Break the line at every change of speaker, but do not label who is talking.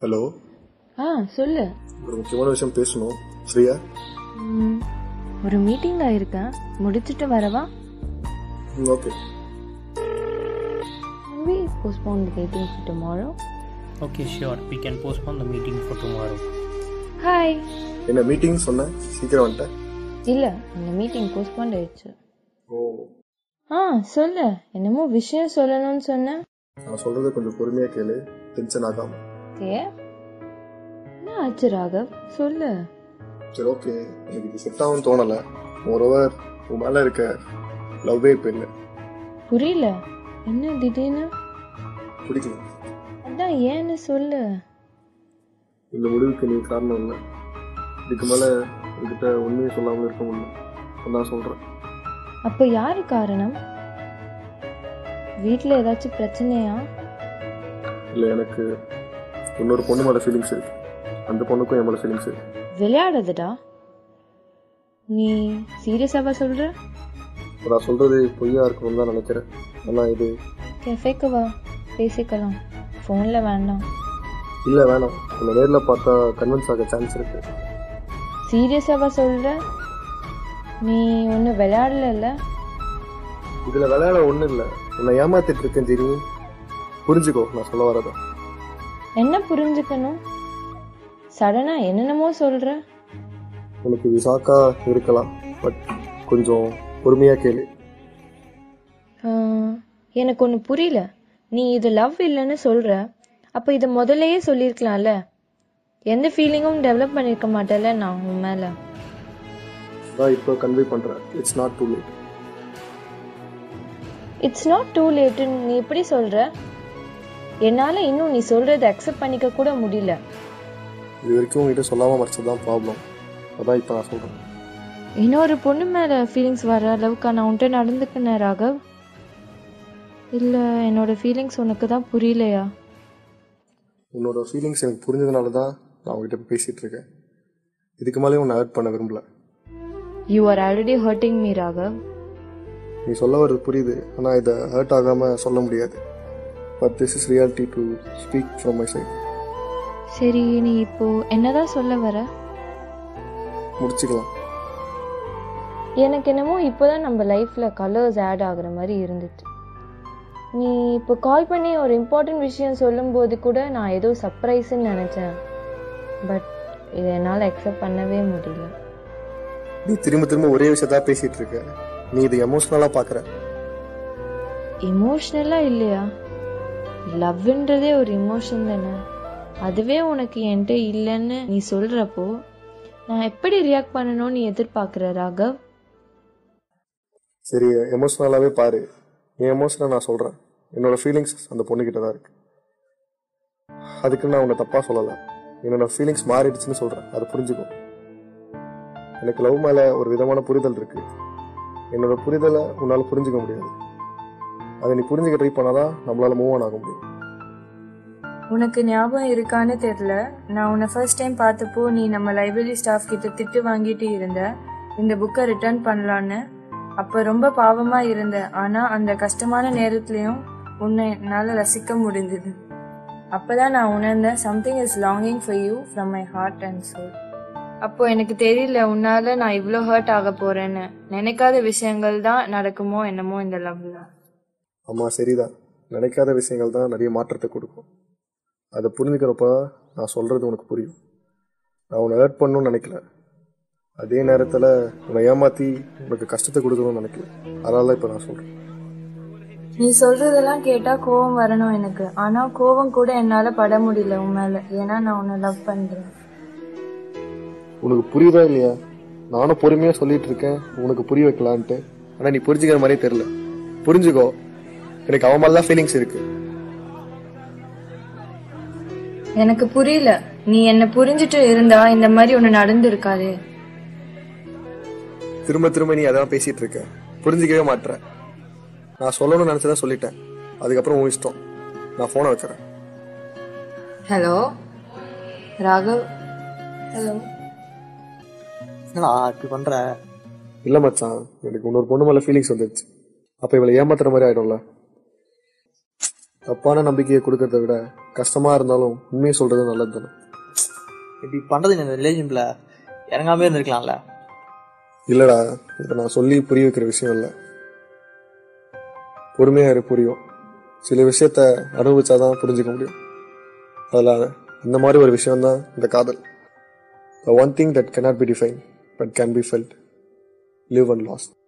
Hello
ஆ சொல்லு
ஒரு முக்கியமான விஷயம் பேசணும் ஃப்ரீயா
ம், ஒரு மீட்டிங்கில் இருக்கேன் முடிச்சுட்டு வரவா
okay
Can we postpone the meeting for tomorrow?
Okay, sure. We can postpone the meeting for tomorrow.
Hi
என்ன மீட்டிங் சொன்னேன் சீக்கிரம் வந்துட்டேன்
இல்லை அந்த மீட்டிங் போஸ்ட்போன் ஆயிடுச்சு
ஓ
ஆ சொல்லு என்னமோ விஷயம் சொல்லணும்னு சொன்னேன்
நான் சொல்றதை கொஞ்சம் பொறுமையா கேளு டென்ஷன் ஆகாம
ஓகே என்ன ஆச்சு ராகவ் சொல்லு
சரி ஓகே எனக்கு இது செட் ஆகும் தோணல மோரோவர் உன் மேல இருக்க லவ்வே இப்போ இல்லை
புரியல என்ன திடீர்னு
பிடிக்கல
அதான் ஏன்னு சொல்லு
இந்த முடிவுக்கு நீ காரணம் இல்லை இதுக்கு மேல உங்ககிட்ட உண்மையை சொல்லாமல் இருக்க முடியும் நான் சொல்றேன்
அப்போ யாரு காரணம் வீட்டில் ஏதாச்சும் பிரச்சனையா
இல்லை எனக்கு இன்னொரு பொண்ணு மேல ஃபீலிங்ஸ் இருக்கு அந்த பொண்ணுக்கும் என் மேல ஃபீலிங்ஸ் இருக்கு
விளையாடுதுடா நீ சீரியஸாவா சொல்ற
நான் சொல்றது பொய்யா இருக்கணும்னு தான் நினைக்கிறேன் ஆனா இது
கெஃபேக்கு வா பேசிக்கலாம் ஃபோனில் வேண்டாம்
இல்லை வேணாம் உன்னை நேரில் பார்த்தா கன்வின்ஸ் ஆக சான்ஸ் இருக்கு
சீரியஸாவா சொல்ற நீ ஒன்றும் விளையாடல
இதில் விளையாட ஒன்றும் இல்லை உன்னை ஏமாத்திட்டு இருக்கேன் தெரியும் புரிஞ்சுக்கோ நான் சொல்ல வரதை
என்ன புரிஞ்சுக்கணும் சடனாக என்னென்னமோ சொல்ற
உனக்கு இது சாக்கா இருக்கலாம் பட் கொஞ்சம் பொறுமையாக கேளு
ஆஹ், எனக்கு ஒன்று புரியல நீ இது லவ் இல்லைன்னு சொல்ற அப்போ இதை முதல்லயே சொல்லியிருக்கலாம்ல எந்த ஃபீலிங்கும் டெவலப் பண்ணியிருக்க மாட்டேல நான் உன் மேலே
நான் இப்போ கன்வே பண்ணுறேன் it's not too late
it's not too லேட்டுன்னு நீ இப்படி சொல்ற என்னால் இன்னும் நீ சொல்கிறத அக்செப்ட் பண்ணிக்க கூட முடியல
இது வரைக்கும் உங்ககிட்ட சொல்லாமல் மறைச்சது தான் ப்ராப்ளம் அதான் இப்போ நான் சொல்கிறேன்
இன்னொரு பொண்ணு மேலே ஃபீலிங்ஸ் வர அளவுக்கு நான் உன்ட்ட நடந்துக்கினேன் ராகவ் இல்லை என்னோட ஃபீலிங்ஸ் உனக்கு தான் புரியலையா
உன்னோட ஃபீலிங்ஸ் எனக்கு புரிஞ்சதுனால தான் நான் உங்ககிட்ட இப்போ பேசிகிட்டு இருக்கேன் இதுக்கு மேலே உன்னை ஹர்ட் பண்ண விரும்பல
you are already hurting me Raghav
நீ சொல்ல வர்றது புரியுது ஆனால் இதை ஹர்ட் ஆகாமல் சொல்ல முடியாது but this is reality to speak from my side
சரி நீ இப்போ என்னதான் சொல்ல வர
முடிச்சுக்கலாம்
எனக்கு என்னமோ இப்போதான் நம்ம லைஃப்பில் கலர்ஸ் ஆட் ஆகுற மாதிரி இருந்துச்சு நீ இப்போ கால் பண்ணி ஒரு இம்பார்ட்டன்ட் விஷயம் சொல்லும்போது கூட நான் ஏதோ சர்ப்ரைஸ்ன்னு நினச்சேன் பட் இதை என்னால் அக்செப்ட் பண்ணவே முடியல
நீ திரும்ப திரும்ப ஒரே விஷயத்தா பேசிட்டு இருக்க நீ இது எமோஷனலா பாக்குற
எமோஷ்னலாக இல்லையா லவ்ன்றதே ஒரு எமோஷன் தானே அதுவே உனக்கு என்கிட்ட இல்லைன்னு நீ சொல்கிறப்போ நான் எப்படி ரியாக்ட் பண்ணணும்னு நீ எதிர்பார்க்குற ராகவ்
சரி எமோஷனலாவே பாரு என் எமோஷனை நான் சொல்றேன் என்னோட ஃபீலிங்ஸ் அந்த பொண்ணுகிட்ட தான் இருக்கு அதுக்கு நான் உன்னை தப்பா சொல்லல என்னோட ஃபீலிங்ஸ் மாறிடுச்சுன்னு சொல்றேன் அதை புரிஞ்சுக்கோ எனக்கு லவ் மேல ஒரு விதமான புரிதல் இருக்கு என்னோட புரிதலை உன்னால புரிஞ்சுக்க முடியாது அதை நீ புரிஞ்சுக்க ட்ரை பண்ணாதான் நம்மளால மூவ் ஆன் ஆக முடியும்
உனக்கு ஞாபகம் இருக்கான்னு தெரில நான் உன்னை ஃபர்ஸ்ட் டைம் பார்த்தப்போ நீ நம்ம லைப்ரரி ஸ்டாஃப் கிட்ட திட்டு வாங்கிட்டு இருந்த இந்த புக்கை ரிட்டர்ன் பண்ணலான்னு அப்போ ரொம்ப பாவமாக இருந்த ஆனால் அந்த கஷ்டமான நேரத்துலையும் உன்னை என்னால் ரசிக்க முடிந்தது அப்போ தான் நான் உணர்ந்தேன் something is longing for you from my heart and soul அப்போ எனக்கு தெரியல உன்னால் நான் இவ்வளோ ஹர்ட் ஆக போகிறேன்னு நினைக்காத விஷயங்கள் தான் நடக்குமோ என்னமோ இந்த லவ்வில்
ஆமா சரிதான் நினைக்காத விஷயங்கள் தான் நிறைய மாற்றத்தை கொடுக்கும் அதை புரிஞ்சுக்கிறப்ப நான் சொல்றது உனக்கு புரியும் நான் உன்னை ஹர்ட் பண்ணணும்னு நினைக்கல அதே நேரத்தில் உன்னை ஏமாற்றி உனக்கு கஷ்டத்தை கொடுக்கணும்னு நினைக்கல அதனால தான் இப்போ நான் சொல்கிறேன்
நீ சொல்றதெல்லாம் கேட்டா கோவம் வரணும் எனக்கு ஆனா கோவம் கூட என்னால பட முடியல உன் மேல ஏன்னா நான் உன்னை லவ் பண்றேன்
உனக்கு புரியுதா இல்லையா நானும் பொறுமையாக சொல்லிட்டு இருக்கேன் உனக்கு புரிய வைக்கலான்ட்டு ஆனால் நீ புரிஞ்சுக்கிற மாதிரியே தெரில புரிஞ்சுக்கோ எனக்கு அவன் மேலே தான் ஃபீலிங்ஸ் இருக்குது
எனக்கு புரியல நீ என்ன புரிஞ்சுட்டு இருந்தா இந்த மாதிரி ஒண்ணு நடந்திருக்காது
திரும்ப திரும்ப நீ அதான் பேசிகிட்டு இருக்க புரிஞ்சிக்கவே மாட்ற நான் சொல்லணும்னு நினச்சதான் சொல்லிட்டேன் அதுக்கப்புறம் உன் இஷ்டம் நான் ஃபோனை வச்சுறேன்
ஹலோ ராகவ் ஹலோ
என்னடா இப்படி பண்ற
இல்ல மச்சான் எனக்கு இன்னொரு பொண்ணு மேல ஃபீலிங்ஸ் வந்துருச்சு அப்ப இவளை ஏமாத்துற மாதிரி ஆயிடும்ல தப்பான நம்பிக்கையை கொடுக்கறத விட கஷ்டமாக இருந்தாலும் உண்மையை சொல்கிறது நல்லது தானே
இப்படி பண்றது இந்த ரிலேஷன்ல இறங்காமே இருந்திருக்கலாம்ல
இல்லைடா இதை நான் சொல்லி புரிய வைக்கிற விஷயம் இல்லை பொறுமையாக இரு புரியும் சில விஷயத்த அனுபவிச்சாதான் புரிஞ்சுக்க முடியும் அதில் இந்த மாதிரி ஒரு விஷயம்தான் இந்த காதல் the one thing that cannot be define but can be felt live and last